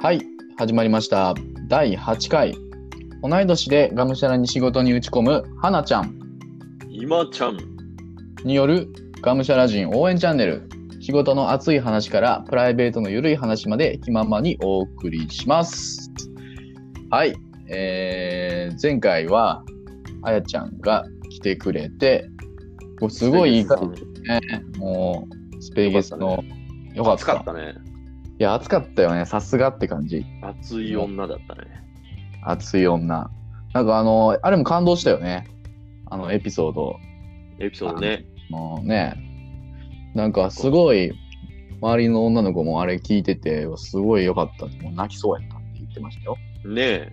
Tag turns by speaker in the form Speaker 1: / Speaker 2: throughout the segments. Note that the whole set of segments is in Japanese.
Speaker 1: はい、始まりました。第8回。同い年でがむしゃらに仕事に打ち込むはなちゃん
Speaker 2: 今ちゃん、
Speaker 1: によるがむしゃら人応援チャンネル。仕事の熱い話からプライベートのゆるい話まで気ままにお送りします。はい、えー、前回はあやちゃんが来てくれて、こうすごいいい感
Speaker 2: じ。
Speaker 1: じ、もうスペーゲスの、よかっ
Speaker 2: 暑
Speaker 1: た。
Speaker 2: かったね。
Speaker 1: いや、暑かったよね。さすがって感じ。
Speaker 2: 熱い女だったね。
Speaker 1: 熱い女。なんかあの、あれも感動したよね。あのエピソード。
Speaker 2: エピソードね。
Speaker 1: もうね。なんかすごい、周りの女の子もあれ聞いてて、すごい良かった。もう泣きそうやったって言ってましたよ。
Speaker 2: ねえ。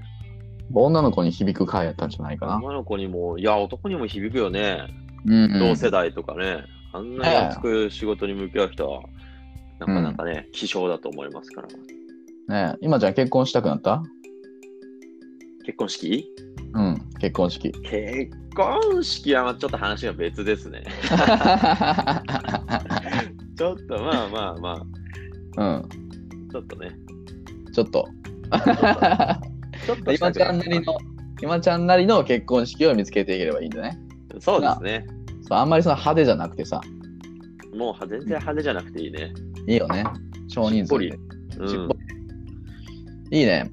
Speaker 1: 女の子に響く回やったんじゃないかな。
Speaker 2: 女の子にも、いや、男にも響くよね。
Speaker 1: うん、
Speaker 2: 同世代とかね。あんなに熱く仕事に向き合う人は、なかなかね、希少だと思いますから。
Speaker 1: ねえ今じゃん結婚したくなった
Speaker 2: 結婚式
Speaker 1: うん、結婚 式。
Speaker 2: 結婚式はまあちょっと話が別ですね。 ちょっとまあまあまあ、
Speaker 1: うん、
Speaker 2: ちょっとね。
Speaker 1: ちょっと。
Speaker 2: ちょっとした
Speaker 1: 今
Speaker 2: く
Speaker 1: ち
Speaker 2: な
Speaker 1: ゃ
Speaker 2: っ
Speaker 1: んな
Speaker 2: た
Speaker 1: りの、今ちゃんなりの結婚式を見つけていければいいんだね。
Speaker 2: そうですね。
Speaker 1: そうあんまりその派手じゃなくてさ、
Speaker 2: もう全然派手じゃなくていいね。
Speaker 1: いいよね。少人数で。
Speaker 2: しっう
Speaker 1: しっ
Speaker 2: ん
Speaker 1: ぽ。いいね。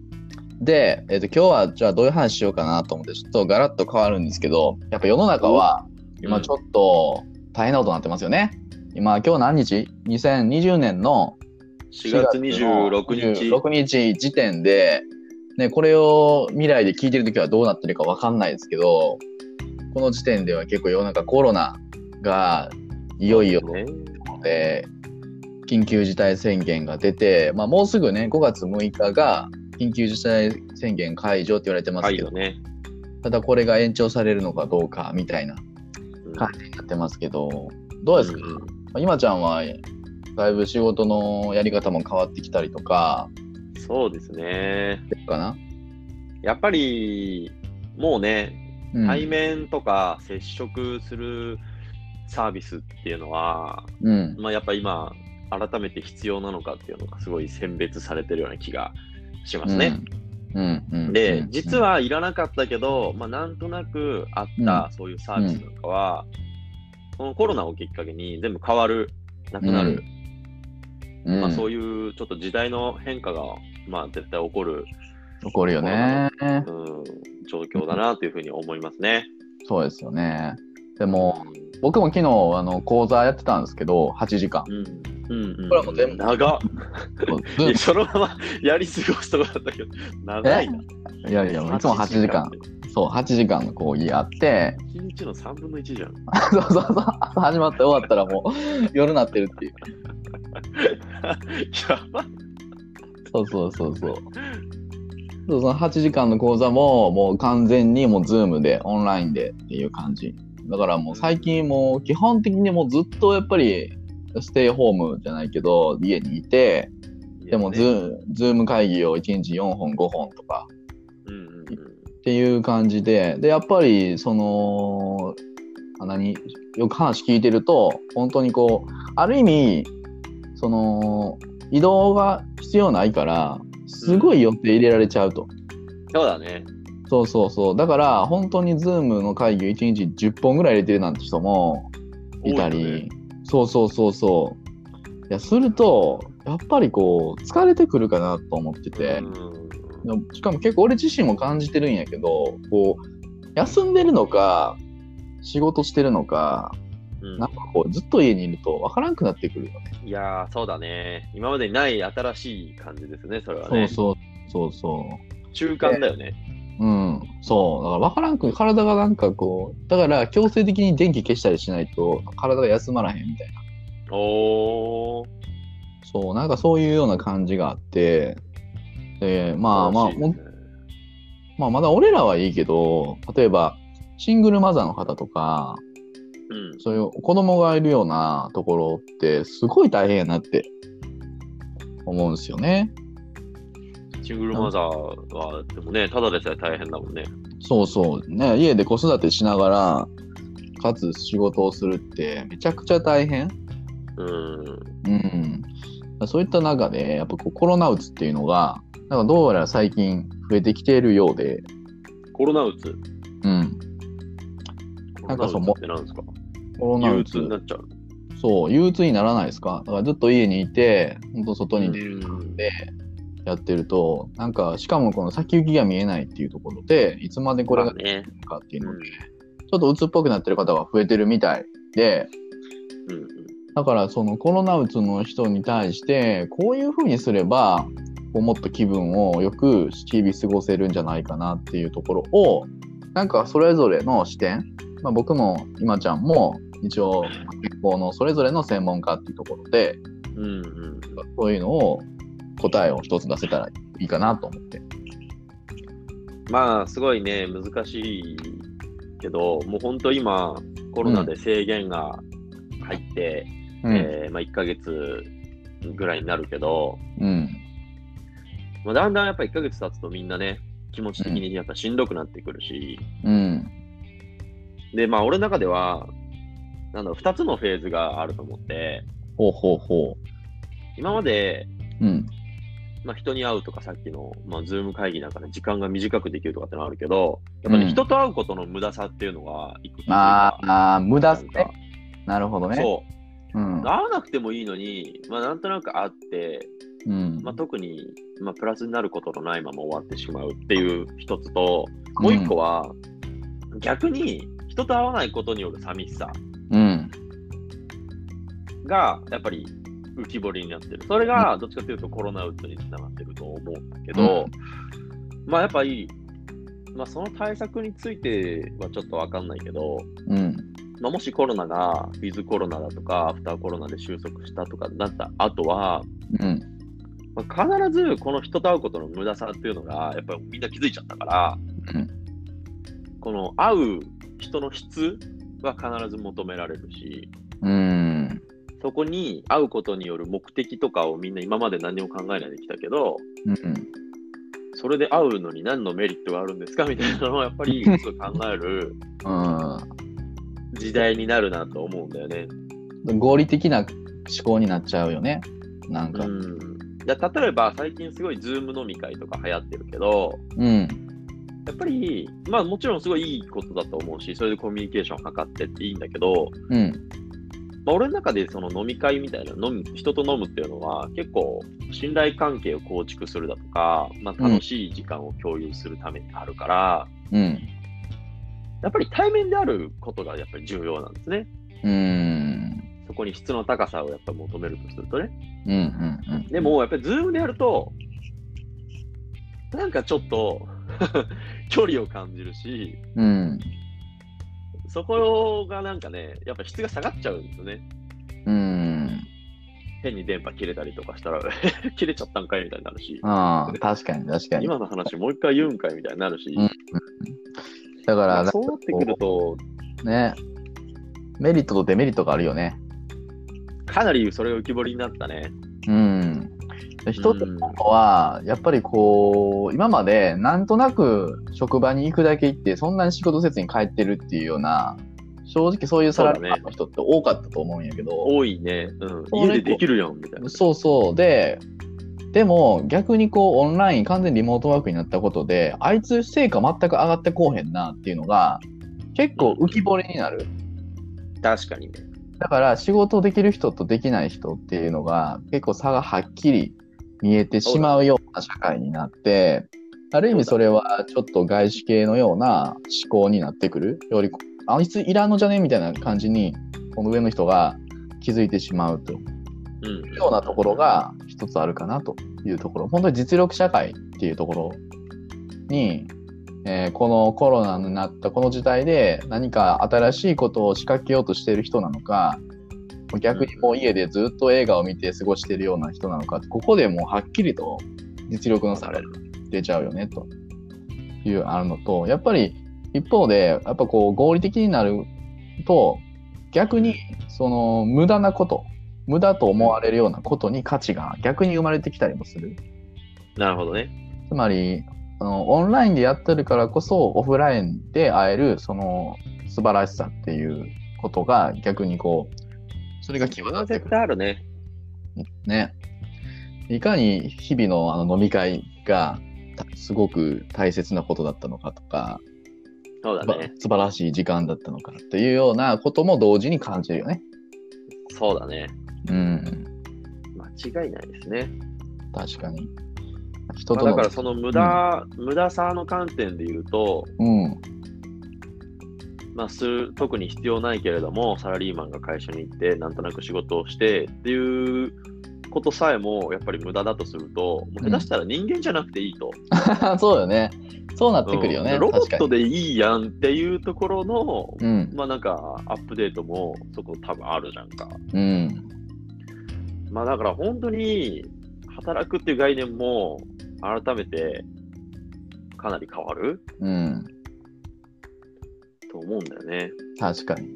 Speaker 1: で、えっと今日はじゃあどういう話しようかなと思ってちょっとガラッと変わるんですけどやっぱ世の中は今ちょっと大変なことになってますよね。今今日何日 ?2020 年の
Speaker 2: 4月
Speaker 1: の
Speaker 2: 26日。
Speaker 1: 26日時点で、ね、これを未来で聞いてる時はどうなってるか分かんないですけどこの時点では結構世の中コロナがいよいよ
Speaker 2: ね。
Speaker 1: で緊急事態宣言が出て、まあ、もうすぐね5月6日が緊急事態宣言解除って言われてます
Speaker 2: はい
Speaker 1: けど、
Speaker 2: よね。
Speaker 1: ただこれが延長されるのかどうかみたいな
Speaker 2: うん
Speaker 1: 感じになってますけどどうですか、まあ今ちゃんはだいぶ仕事のやり方も変わってきたりとか
Speaker 2: うんそうですね。
Speaker 1: かな、
Speaker 2: やっぱり、もうね、
Speaker 1: うん、
Speaker 2: 対面とか接触するサービスっていうのは、
Speaker 1: うん
Speaker 2: まあ、やっぱ今、改めて必要なのかっていうのがすごい選別されてるような気がしますね。
Speaker 1: うんうんうん
Speaker 2: で
Speaker 1: う、ん
Speaker 2: 実はいらなかったけど、まあ、なんとなくあったそういうサービスなんかは、このコロナをきっかけに全部変わる、なくなる、
Speaker 1: うん
Speaker 2: まあ、そういうちょっと時代の変化が、まあ、絶対起こる、
Speaker 1: 起こるよね
Speaker 2: うん、状況だなというふうに思いますね。
Speaker 1: そうですよねでも僕も昨日あの講座やってたんですけど8時間
Speaker 2: うん、うん、うん。
Speaker 1: これはもう全部
Speaker 2: 長っ。
Speaker 1: ず
Speaker 2: いやそのままやり過ごすとこだったけど、長いな。
Speaker 1: いやいや、いつも8時間、そう、8時間の講義あって、
Speaker 2: 一日の3分の1じゃん。
Speaker 1: そうそうそう、朝始まって終わったらもう夜になってるっていう。
Speaker 2: やばい。
Speaker 1: そうそうそうそう。そうその8時間の講座も、もう完全にもう Zoom で、オンラインでっていう感じ。だからもう最近もう基本的にもうずっとやっぱり、ステイホームじゃないけど、家にいて、 でもズ,、
Speaker 2: いやね
Speaker 1: ズーム会議を1日4本、5本とか、
Speaker 2: うんうん
Speaker 1: っていう感じで、で、やっぱり、その、あ何、よく話聞いてると、本当にこう、ある意味、その、移動が必要ないから、すごい予定入れられちゃうと。
Speaker 2: うん。そうだね。
Speaker 1: そうそうそう。だから、本当に Zoom の会議を1日10本ぐらい入れてるなんて人もいた
Speaker 2: 多いよ
Speaker 1: り、
Speaker 2: ね
Speaker 1: そうそうそうそう。いや、すると、やっぱりこう、疲れてくるかなと思ってて。
Speaker 2: うん
Speaker 1: でもしかも結構俺自身も感じてるんやけどこう休んでるのか仕事してるのか
Speaker 2: うん
Speaker 1: なんかこうずっと家にいると分からんくなってくるよね。
Speaker 2: いやー、そうだね。今までにない新しい感じですね、それは
Speaker 1: そう
Speaker 2: ね。
Speaker 1: そうそうそ
Speaker 2: 中間だよね。
Speaker 1: う。うん。そう。だから分からんく体がなんかこうだから強制的に電気消したりしないと体が休まらへんみたいな。
Speaker 2: おー。
Speaker 1: そう。なんかそういうような感じがあって。でまあまあ、
Speaker 2: 楽しいですね
Speaker 1: まあまだ俺らはいいけど例えばシングルマザーの方とか
Speaker 2: うん。
Speaker 1: そういう子供がいるようなところってすごい大変やなって思うんですよね。
Speaker 2: シングルマザーは、でもね、ただでさえ大変だもんね。
Speaker 1: そうそう。ね、家で子育てしながら、かつ仕事をするってめちゃくちゃ大変。
Speaker 2: うん。
Speaker 1: うん。らそういった中で、やっぱこうコロナうつっていうのが、なんかどうやら最近増えてきているようで、
Speaker 2: コロナうつ。
Speaker 1: うん。
Speaker 2: コ
Speaker 1: なん
Speaker 2: ロナ
Speaker 1: か
Speaker 2: うつ
Speaker 1: その
Speaker 2: ってなんですか
Speaker 1: コロナ
Speaker 2: 憂
Speaker 1: う
Speaker 2: 鬱
Speaker 1: つ
Speaker 2: に。なっちゃう。
Speaker 1: そう、憂鬱にならないですかだからずっと家にいて、本当外に出る
Speaker 2: うん
Speaker 1: でやってると、なんか、しかもこの先行きが見えないっていうところで、いつまでこれ
Speaker 2: ま
Speaker 1: が
Speaker 2: あね。
Speaker 1: 続くかっていう
Speaker 2: う
Speaker 1: の
Speaker 2: ん
Speaker 1: で、ちょっと鬱っぽくなってる方が増えてるみたいで、
Speaker 2: うんうん
Speaker 1: だからそのコロナうつの人に対してこういうふうにすればこうもっと気分をよく日々過ごせるんじゃないかなっていうところをなんかそれぞれの視点、まあ、僕も今ちゃんも一応学校のそれぞれの専門家っていうところで
Speaker 2: うんうん
Speaker 1: そういうのを答えを一つ出せたらいいかなと思って。
Speaker 2: まあすごいね難しいけどもう本当今コロナで制限が入って、
Speaker 1: うん
Speaker 2: えーまあ、1ヶ月ぐらいになるけど、
Speaker 1: うん
Speaker 2: まあ、だんだんやっぱ1ヶ月経つとみんなね気持ち的にやっぱしんどくなってくるし、
Speaker 1: うん
Speaker 2: でまあ俺の中ではなんだろう2つのフェーズがあると思って
Speaker 1: ほうほうほ
Speaker 2: 今まで、
Speaker 1: う。うん
Speaker 2: まあ、人に会うとかさっきの、まあ、ズーム会議なんかで時間が短くできるとかってのはあるけどやっぱり、
Speaker 1: うん
Speaker 2: 人と会うことの無駄さっていうのがいくつ
Speaker 1: あーあー無駄っすね
Speaker 2: なんか
Speaker 1: なるほどね。
Speaker 2: そう
Speaker 1: う。ん
Speaker 2: 会わなくてもいいのに、まあ、なんとなく会って、
Speaker 1: うん
Speaker 2: まあ、特に、まあ、プラスになることのないまま終わってしまうっていう一つと、もう一個は、逆に人と会わないことによる寂しさ
Speaker 1: うん
Speaker 2: がやっぱり浮き彫りになってる。それがどっちかというとコロナウイルスにつながってると思うんだけど、まあやっぱり、まあ、その対策についてはちょっとわかんないけど、
Speaker 1: うん
Speaker 2: まあ、もしコロナがウィズコロナだとか、アフターコロナで収束したとかなった後は、
Speaker 1: うん
Speaker 2: まあ必ずこの人と会うことの無駄さっていうのがやっぱりみんな気づいちゃったから、
Speaker 1: うん
Speaker 2: この会う人の質は必ず求められるし
Speaker 1: うん
Speaker 2: そこに会うことによる目的とかをみんな今まで何も考えないできたけど
Speaker 1: うん
Speaker 2: それで会うのに何のメリットがあるんですかみたいなのをやっぱりすごい考える
Speaker 1: う
Speaker 2: 時代になるなと思うんだよね。
Speaker 1: ん、合理的な思考になっちゃうよね。なんか。
Speaker 2: うんだ例えば最近すごい Zoom 飲み会とか流行ってるけど、
Speaker 1: うん。
Speaker 2: やっぱり、まあもちろんすごいいいことだと思うし、それでコミュニケーションを図ってっていいんだけど、
Speaker 1: うん。
Speaker 2: まあ、俺の中でその飲み会みたいな飲む、人と飲むっていうのは、結構信頼関係を構築するだとか、まあ、楽しい時間を共有するためにあるから、
Speaker 1: うん。
Speaker 2: やっぱり対面であることがやっぱり重要なんですね。
Speaker 1: うん。
Speaker 2: そこに質の高さをやっぱ求めるとするとね。
Speaker 1: うん。うん。
Speaker 2: でもやっぱり Zoom でやると、なんかちょっと 距離を感じるし、
Speaker 1: うん。
Speaker 2: そこがなんかね、やっぱ質が下がっちゃうんですよね。
Speaker 1: うん。
Speaker 2: 変に電波切れたりとかしたら、 切れちゃったんかいみたいになるし、
Speaker 1: ああ、確かに確かに。
Speaker 2: 今の話もう一回言うんかいみたいになるし、
Speaker 1: うんだか
Speaker 2: ま
Speaker 1: ら、
Speaker 2: あそうなってくると、
Speaker 1: ね。メリットとデメリットがあるよね。
Speaker 2: かなりそれが浮き彫りになったね。
Speaker 1: うん。人っていうのは、やっぱりこう、今までなんとなく職場に行くだけ行って、そんなに仕事せずに帰ってるっていうような、正直そういうサラリーマンの人って多かったと思うんやけど、
Speaker 2: 多いね。うん。
Speaker 1: そうね
Speaker 2: 家でできるやんみたいな。
Speaker 1: そうそう。で、でも逆にこうオンライン完全リモートワークになったことで、あいつ成果全く上がってこうへんなっていうのが結構浮き彫りになる。
Speaker 2: 確かにね。
Speaker 1: だから仕事できる人とできない人っていうのが結構差がはっきり見えてしまうような社会になって、ある意味それはちょっと外資系のような思考になってくる。より、あいついらんのじゃねみたいな感じに、この上の人が気づいてしまうと。
Speaker 2: うん。
Speaker 1: ようなところ。が一つあるかなというところ本当に実力社会っていうところに、えーこのコロナになったこの時代で何か新しいことを仕掛けようとしている人なのか逆にもう家でずっと映画を見て過ごしているような人なのかここでもうはっきりと実力の差が出ちゃうよねというあるのとやっぱり一方でやっぱこう合理的になると逆にその無駄なこと無駄と思われるようなことに価値が逆に生まれてきたりもする
Speaker 2: なるほどね。
Speaker 1: つまりあのオンラインでやってるからこそオフラインで会えるその素晴らしさっていうことが逆にこうそれが際
Speaker 2: まあ
Speaker 1: 立ってく
Speaker 2: 絶
Speaker 1: る
Speaker 2: 対あるね。
Speaker 1: ねいかに日々のあの飲み会がたすごく大切なことだったのかとか、
Speaker 2: そうだ
Speaker 1: ば
Speaker 2: ね。
Speaker 1: 素晴らしい時間だったのかっていうようなことも同時に感じるよね。
Speaker 2: そうだね。
Speaker 1: うん、
Speaker 2: 間違いないですね。
Speaker 1: 確かに。人
Speaker 2: まあ
Speaker 1: との、
Speaker 2: だからその無駄、無駄さの観点で言うと、
Speaker 1: うん、
Speaker 2: まあ、する特に必要ないけれども、サラリーマンが会社に行って、なんとなく仕事をしてっていうことさえも、やっぱり無駄だとすると、もう下手したら人間じゃなくていいと。
Speaker 1: そうよね。そうなってくるよね。
Speaker 2: うんロボ
Speaker 1: 確
Speaker 2: ッ
Speaker 1: か
Speaker 2: ト
Speaker 1: に。
Speaker 2: でいいやんっていうところの、
Speaker 1: うん、
Speaker 2: まあなんかアップデートもそこ多分あるじゃんか。
Speaker 1: うん、
Speaker 2: まあだから本当に働くっていう概念も改めてかなり変わる
Speaker 1: うん。
Speaker 2: と思うんだよね。
Speaker 1: 確かに。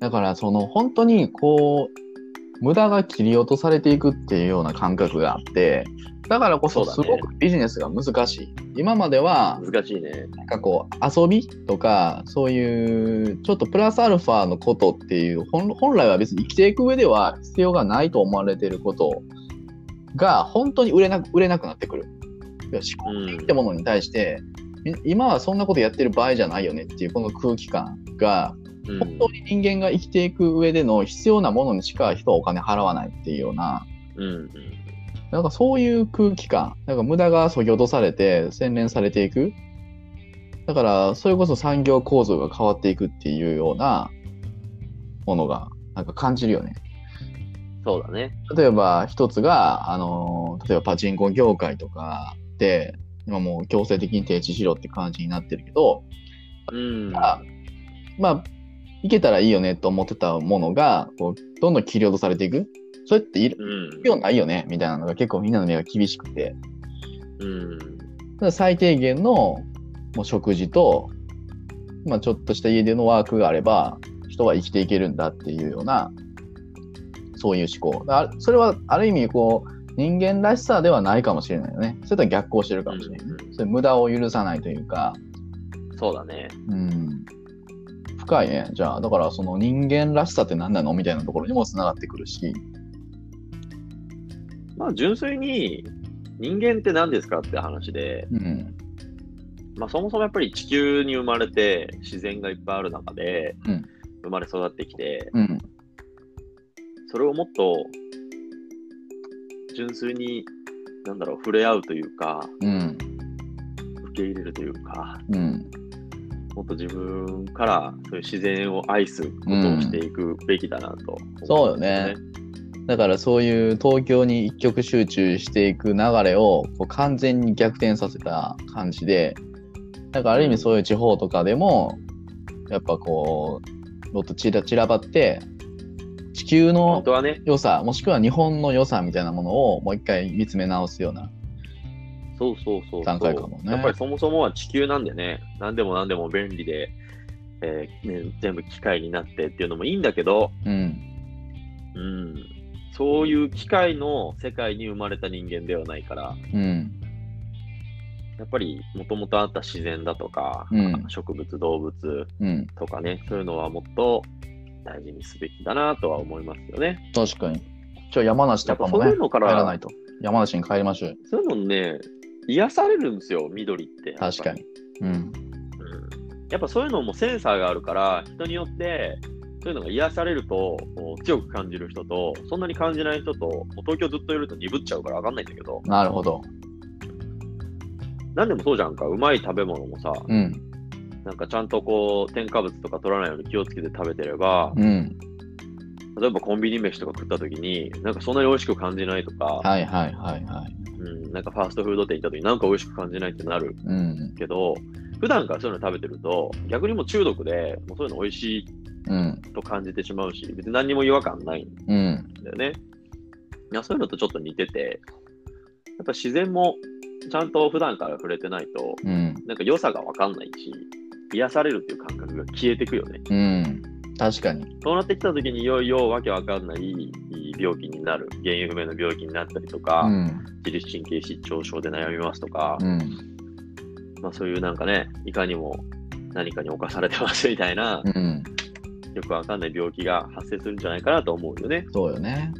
Speaker 1: だから、その本当にこう、無駄が切り落とされていくっていうような感覚があって、だからこそ
Speaker 2: そ
Speaker 1: す
Speaker 2: うだね
Speaker 1: ごくビジネスが難しい。今までは、
Speaker 2: 難しいね。
Speaker 1: なんかこう、遊びとか、そういう、ちょっとプラスアルファのことっていう、本本来は別に生きていく上では必要がないと思われていることが、本当に売れなく売れなくなってくる。いや思考
Speaker 2: うん
Speaker 1: って。ものに対して、み今はそんなことやってる場合じゃないよねっていう、この空気感が、
Speaker 2: うん
Speaker 1: 本当に人間が生きていく上での必要なものにしか人はお金払わないっていうような、
Speaker 2: うん。
Speaker 1: なんかそういう空気感、なんか無駄が削ぎ落とされて洗練されていく。だから、それこそ産業構造が変わっていくっていうようなものが、なんか感じるよね。
Speaker 2: そうだね。
Speaker 1: 例えば一つが、あのー例えばパチンコ業界とかで、今もう強制的に停止しろって感じになってるけど、
Speaker 2: うん。
Speaker 1: あまあ、いけたらいいよねと思ってたものが、こうどんどん切り落とされていく。それっている
Speaker 2: うん。
Speaker 1: 必要ないよねみたいなのが結構みんなの目が厳しくて。
Speaker 2: うん。
Speaker 1: ただ最低限のもう食事と、まあ、ちょっとした家でのワークがあれば、人は生きていけるんだっていうような、そういう思考。あそれはある意味、こう、人間らしさではないかもしれないよね。それとは逆行してるかもしれないね。
Speaker 2: うん
Speaker 1: それ無駄を許さないというか、
Speaker 2: そうだね。
Speaker 1: うん深いね。じゃあ、だからその人間らしさって何なのみたいなところにもつながってくるし。
Speaker 2: まあ純粋に人間って何ですかって話で、
Speaker 1: うん。
Speaker 2: まあそもそもやっぱり地球に生まれて自然がいっぱいある中で
Speaker 1: うん
Speaker 2: 生まれ育ってきて、
Speaker 1: うん。
Speaker 2: それをもっと純粋に、なんだろう、触れ合うというか、
Speaker 1: うん。
Speaker 2: 受け入れるというか、
Speaker 1: うん。
Speaker 2: もっと自分からそういう自然を愛すことをしていくべきだなと、
Speaker 1: そうよね。だからそういう東京に一極集中していく流れをこう完全に逆転させた感じで、だからある意味そういう地方とかでも、やっぱこう、もっと散ら散らばって、地球の
Speaker 2: 本当はね、
Speaker 1: 良さ、もしくは日本の良さみたいなものをもう一回見つめ直すような。
Speaker 2: そうそうそうそう
Speaker 1: 段階かもね
Speaker 2: やっぱりそもそもは地球なんでね、何でも何でも便利で、えーね、全部機械になってっていうのもいいんだけど、
Speaker 1: うん。
Speaker 2: うん、そういう機械の世界に生まれた人間ではないから、
Speaker 1: うん。
Speaker 2: やっぱりもともとあった自然だとか、
Speaker 1: うん
Speaker 2: 植物、動物
Speaker 1: うん。
Speaker 2: とかね、そういうのはもっと大事にすべきだなとは思いますよね。
Speaker 1: 確かに。今日山梨とかも
Speaker 2: やっぱそう
Speaker 1: ね、
Speaker 2: いうのか
Speaker 1: 帰
Speaker 2: ら
Speaker 1: らないと。山梨に帰りましょうよ。
Speaker 2: そういうのね、癒されるんですよ、緑ってやっぱり。
Speaker 1: 確かに。うん。
Speaker 2: うんやっぱそういうのもセンサーがあるから、人によって、そういうのが癒されるとこう強く感じる人と、そんなに感じない人と、もう東京ずっといると鈍っちゃうから分かんないんだけど、
Speaker 1: なるほど。
Speaker 2: なんでもそうじゃんか、うまい食べ物もさ、
Speaker 1: うん。
Speaker 2: なんかちゃんとこう添加物とか取らないように気をつけて食べてれば、
Speaker 1: うん。
Speaker 2: 例えばコンビニ飯とか食った時に、なんかそんなに美味しく感じないとか、
Speaker 1: はいはいはいはい。
Speaker 2: うん、なんかファーストフード店行った時になんか美味しく感じないってなる
Speaker 1: うん。
Speaker 2: けど、普段からそういうの食べてると、逆にもう中毒で、もうそういうの美味しい
Speaker 1: うん。
Speaker 2: と感じてしまうし、別に何にも違和感ない
Speaker 1: うん。
Speaker 2: だよね。いやそういうのとちょっと似てて、やっぱ自然もちゃんと普段から触れてないと、
Speaker 1: うん。
Speaker 2: なんか良さが分かんないし、癒されるっていう感覚が消えてくよね。
Speaker 1: うん。確かに。
Speaker 2: そうなってきた時にいよいよわけわかんない病気になる、原因不明の病気になったりとか、
Speaker 1: うん。
Speaker 2: 自律神経失調症で悩みますとか、
Speaker 1: うん。
Speaker 2: まあそういうなんかね、いかにも何かに侵されてますみたいな、
Speaker 1: うん。
Speaker 2: よくわかんない病気が発生するんじゃないかなと思うよね。
Speaker 1: そうよね。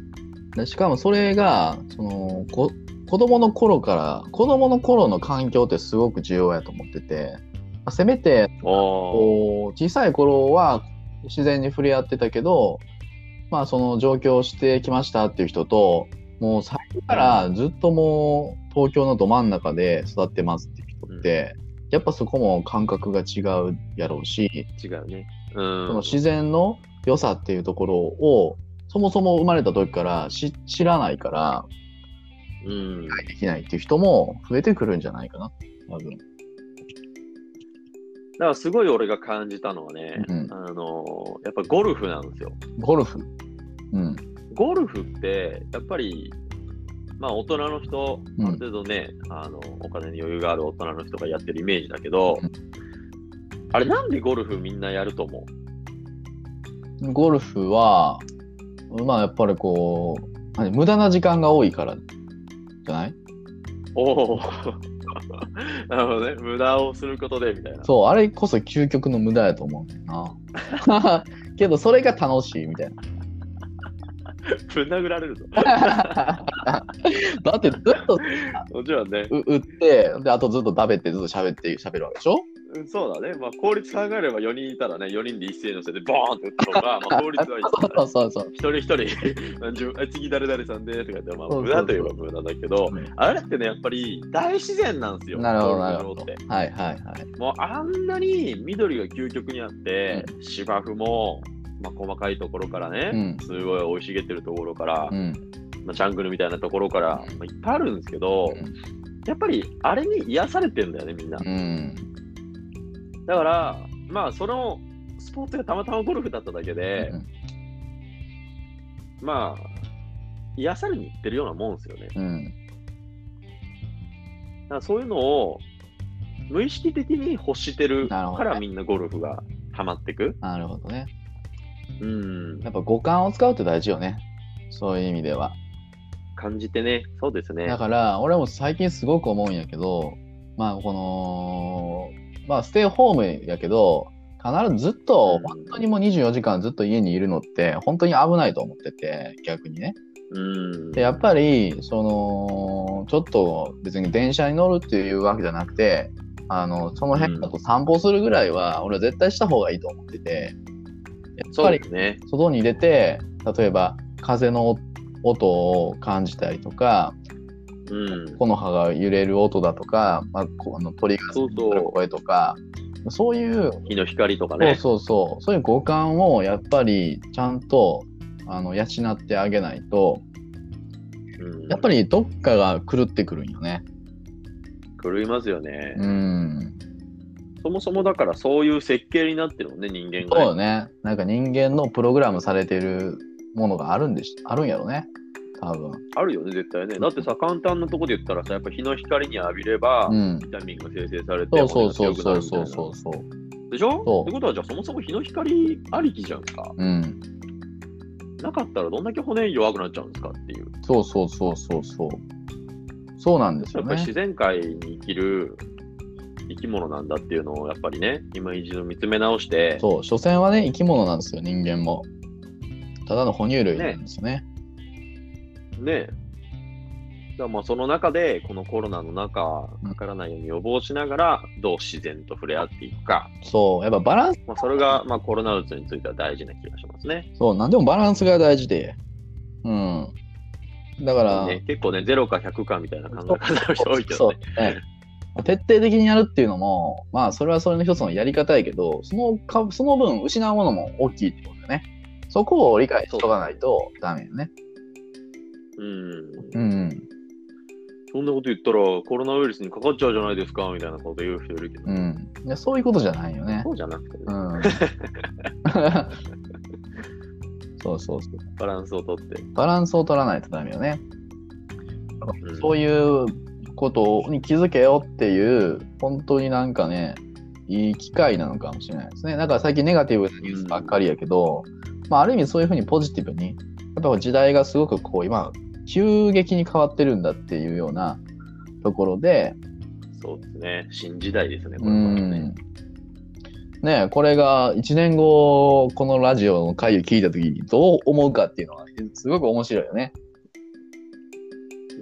Speaker 1: でしかもそれが、その、こ子供の頃から、子供の頃の環境ってすごく重要やと思ってて、まあせめて
Speaker 2: おー
Speaker 1: こう小さい頃は自然に触れ合ってたけど、まあ、その上京してきましたっていう人ともう最初からずっともう東京のど真ん中で育ってますっていう人って、やっぱそこも感覚が違うやろうし、
Speaker 2: 違うね。う
Speaker 1: その
Speaker 2: ん。
Speaker 1: 自然の良さっていうところをそもそも生まれた時から知知らないから
Speaker 2: うん。
Speaker 1: できないっていう人も増えてくるんじゃないかな多分。
Speaker 2: だからすごい俺が感じたのはね、
Speaker 1: うん
Speaker 2: あのーやっぱゴルフなんですよ。
Speaker 1: ゴルフ、うん、
Speaker 2: ゴルフって、やっぱり、まあ大人の人、
Speaker 1: う
Speaker 2: あ
Speaker 1: ん
Speaker 2: る程度ね、あの、お金に余裕がある大人の人がやってるイメージだけど
Speaker 1: うん、
Speaker 2: あれなんでゴルフみんなやると思う
Speaker 1: ゴルフは、まあやっぱりこう、何無駄な時間が多いからじゃない
Speaker 2: おお なるほどね。無駄をすることで、みたいな。
Speaker 1: そう、あれこそ究極の無駄やと思うねんな。 けどそれが楽しいみたいな。
Speaker 2: ぶん殴られるぞ。
Speaker 1: だってずっと
Speaker 2: もちろんね、
Speaker 1: う打って、であとずっと食べてずっと喋って喋るわけでしょ
Speaker 2: うんそうだね。まあ効率考えれば4人いたらね、4人で一斉に乗せて、ボーンって打った方が、まあ効率はいいですね。
Speaker 1: そうそうそう。
Speaker 2: 一人一 人何十、あ次誰々さんでとか言って、ま
Speaker 1: そうそ
Speaker 2: あ、
Speaker 1: うそう
Speaker 2: 無駄といえば無駄だけど、あれってね、やっぱり大自然なんですよ、
Speaker 1: なるほど、
Speaker 2: ゴ
Speaker 1: な
Speaker 2: ル
Speaker 1: る
Speaker 2: フ
Speaker 1: ほ
Speaker 2: 場
Speaker 1: ど
Speaker 2: って。。
Speaker 1: はいはいはい。
Speaker 2: もうあんなに緑が究極にあって、芝生も、まあ、細かいところから
Speaker 1: う
Speaker 2: ね、
Speaker 1: ん。
Speaker 2: すごい生い茂ってるところから、
Speaker 1: うん。
Speaker 2: まあ、ジャングルみたいなところから、まあ、いっぱいあるんですけど、
Speaker 1: うん
Speaker 2: やっぱりあれに癒されてんだよね、みんな。
Speaker 1: うん。
Speaker 2: だから、まあ、そのスポーツがたまたまゴルフだっただけで、まあ、癒されに行ってるようなもんですよね。
Speaker 1: うん。
Speaker 2: だからそういうのを無意識的に欲してる
Speaker 1: なる
Speaker 2: か
Speaker 1: ほど
Speaker 2: ら
Speaker 1: ね
Speaker 2: みんなゴルフがハマってく。
Speaker 1: なるほどね。
Speaker 2: うん。
Speaker 1: やっぱ五感を使うって大事よね。そういう意味では。
Speaker 2: 感じてね。そうですね。
Speaker 1: だから俺も最近すごく思うんやけどまあこのまあステイホームやけど必ずずっと
Speaker 2: うん
Speaker 1: 本当にもう24時間ずっと家にいるのって本当に危ないと思ってて逆にね
Speaker 2: うん。
Speaker 1: でやっぱりそのちょっと別に電車に乗るっていうわけじゃなくてあのその辺だと散歩するぐらいは俺は絶対した方がいいと思っててやっ
Speaker 2: そ
Speaker 1: ぱ
Speaker 2: う
Speaker 1: り
Speaker 2: ですね。
Speaker 1: 外に出て例えば風の音を感じたりとか
Speaker 2: うん。
Speaker 1: 木の葉が揺れる音だとか、まあ、こうあの鳥が
Speaker 2: そうそう
Speaker 1: 鳴る声とかそういう、
Speaker 2: 日の光とか
Speaker 1: そう
Speaker 2: ね。
Speaker 1: そうそうそういう五感をやっぱりちゃんとあの養ってあげないと
Speaker 2: うん
Speaker 1: やっぱりどっかが狂ってくるんよね。
Speaker 2: 狂いますよね、
Speaker 1: うん、
Speaker 2: そもそもだからそういう設計になってるもんね、人間
Speaker 1: そう
Speaker 2: が
Speaker 1: よ。ねなんか人間のプログラムされてるものがあるんでしあるんやろね多分。
Speaker 2: あるよね、絶対ね。だってさ、簡単なとこで言ったらさ、やっぱ日の光に浴びれば、
Speaker 1: うん
Speaker 2: ビタミンが生成されて、
Speaker 1: そうそうそう
Speaker 2: 骨
Speaker 1: そう
Speaker 2: が強くな
Speaker 1: そう
Speaker 2: るみたいな
Speaker 1: そうそう。
Speaker 2: でしょ
Speaker 1: そう
Speaker 2: ってことは、じゃあそもそも日の光ありきじゃんか。
Speaker 1: うん。
Speaker 2: なかったらどんだけ骨弱くなっちゃうんですかっていう。
Speaker 1: そうそうそうそうそう。そうなんです
Speaker 2: や
Speaker 1: よ
Speaker 2: っぱり
Speaker 1: ね
Speaker 2: 自。然界に生きる生き物なんだっていうのをやっぱりね、今一度見つめ直して、
Speaker 1: そう、所詮はね、生き物なんですよ、人間も。ただの哺乳類なんですよね。
Speaker 2: ね。だからまあその中で、このコロナの中、かからないように予防しながら、どう自然と触れ合っていくか。
Speaker 1: そう、やっぱバランス、
Speaker 2: まあ、それが、まあ、コロナウイルスについては大事な気がしますね。
Speaker 1: そう、なんでもバランスが大事で。うん。だから、
Speaker 2: ね結構ね、0か100かみたいな考え方の人多いけ
Speaker 1: そ
Speaker 2: ど
Speaker 1: う
Speaker 2: ね。、
Speaker 1: ね徹底的にやるっていうのも、まあ、それはそれの一つのやり方やけど、そのかその分、失うものも大きいってことだよね。そこを理解しとかないとダメよね。
Speaker 2: うん。
Speaker 1: うん。
Speaker 2: そんなこと言ったら、コロナウイルスにかかっちゃうじゃないですか、みたいなこと言う人いるけど、
Speaker 1: うん。いやそういうことじゃないよね
Speaker 2: そ。うじゃなくてね、
Speaker 1: うん。そうそうそう。
Speaker 2: バランスをとって。
Speaker 1: バランスを取らないとダメよね。
Speaker 2: うん
Speaker 1: そういうことに気づけよっていう、本当になんかね、いい機会なのかもしれないですね。なんか最近ネガティブなニュースばっかりやけど、まあ、ある意味そういうふうにポジティブに、やっぱ時代がすごくこう今、急激に変わってるんだっていうようなところで、
Speaker 2: そうですね。新時代ですね、こ
Speaker 1: う
Speaker 2: れはね。
Speaker 1: ん。ねこれが1年後、このラジオの回を聞いた時にどう思うかっていうのは、すごく面白いよね。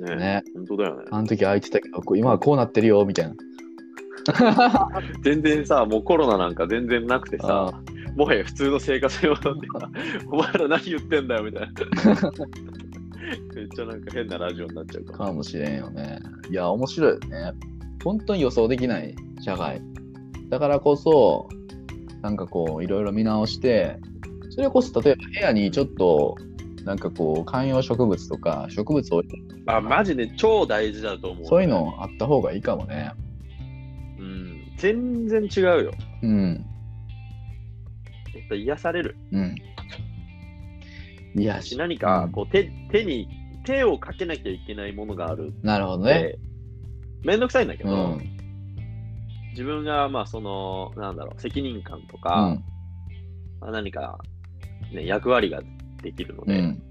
Speaker 2: ね
Speaker 1: ね
Speaker 2: 本当だよね。
Speaker 1: あの時空いてたけど、こう今はこうなってるよ、みたいな。
Speaker 2: 全然さ、もうコロナなんか全然なくてさ、もはや普通の生活用だってさ、お前ら何言ってんだよみたいな。 めっちゃなんか変なラジオになっちゃうから。
Speaker 1: かもしれんよね。いや、面白いよね。本当に予想できない社会。だからこそ、なんかこう、いろいろ見直して、それこそ例えば部屋にちょっと、なんかこう、観葉植物とか、植物を置いて
Speaker 2: あ、マジね、超大事だと思う。
Speaker 1: そういうのあった方がいいかもね。
Speaker 2: うん。全然違うよ。
Speaker 1: うん。
Speaker 2: 絶対癒される。
Speaker 1: うん。いや、
Speaker 2: し
Speaker 1: し
Speaker 2: 何
Speaker 1: う
Speaker 2: か
Speaker 1: ん
Speaker 2: こう手手に、手をかけなきゃいけないものがあるっ
Speaker 1: なるほどね。
Speaker 2: て、めんどくさいんだけ
Speaker 1: う
Speaker 2: ど、
Speaker 1: ん。
Speaker 2: 自分がまあその、なんだろう、責任感と
Speaker 1: う
Speaker 2: か、
Speaker 1: ん。
Speaker 2: まあ何か、ね、役割ができるの
Speaker 1: う
Speaker 2: で、
Speaker 1: ん。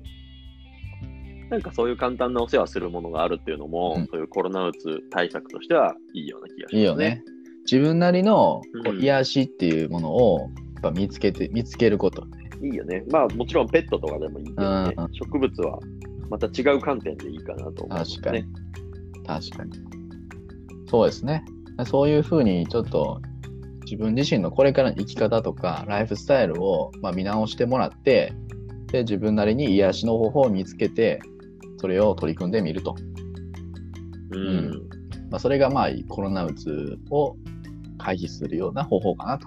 Speaker 2: なんかそういう簡単なお世話するものがあるっていうのも、
Speaker 1: うん
Speaker 2: そういうコロナうつ対策としてはいいような気がします、
Speaker 1: いいよね。自分なりのこ
Speaker 2: う
Speaker 1: うん癒しっていうものをやっぱ見つけて、見つけること。
Speaker 2: いいよね。まあもちろんペットとかでもいいけどね
Speaker 1: う、
Speaker 2: 植物はまた違う観点でいいかなと思う、ね。
Speaker 1: 確かに。確かに。そうですね。そういうふうにちょっと自分自身のこれからの生き方とかライフスタイルをまあ見直してもらってで自分なりに癒しの方法を見つけてそれを取り組んでみると、
Speaker 2: うん。
Speaker 1: まあ、それがまあコロナうつを回避するような方法かなと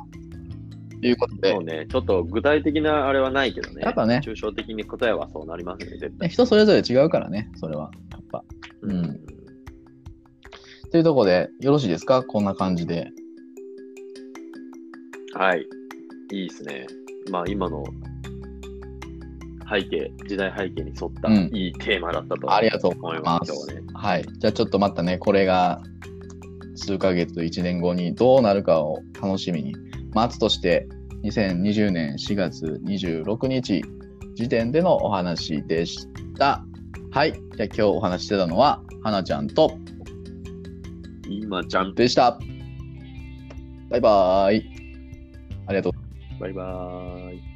Speaker 1: いうことで
Speaker 2: そうね、ちょっと具体的なあれはないけどね。
Speaker 1: やっぱね
Speaker 2: 抽象的に答えはそうなりますね、絶
Speaker 1: ね
Speaker 2: 対。
Speaker 1: 人それぞれ違うからねそれはやっぱ。うんというところでよろしいですかこんな感じで。
Speaker 2: はい。いいですね。まあ今の背景、時代背景に沿った
Speaker 1: うん
Speaker 2: いいテーマだったと
Speaker 1: ありがとう
Speaker 2: 思い
Speaker 1: ま
Speaker 2: ます。
Speaker 1: す
Speaker 2: 今日はね。
Speaker 1: はい。じゃあちょっとまたね、これが数ヶ月、1年後にどうなるかを楽しみに。待つとして、2020年4月26日時点でのお話でした。はい。じゃあ今日お話ししてたのは、はなちゃんと
Speaker 2: 今ちゃん、
Speaker 1: でした。バイバーイ。ありがとう。
Speaker 2: バイバーイ。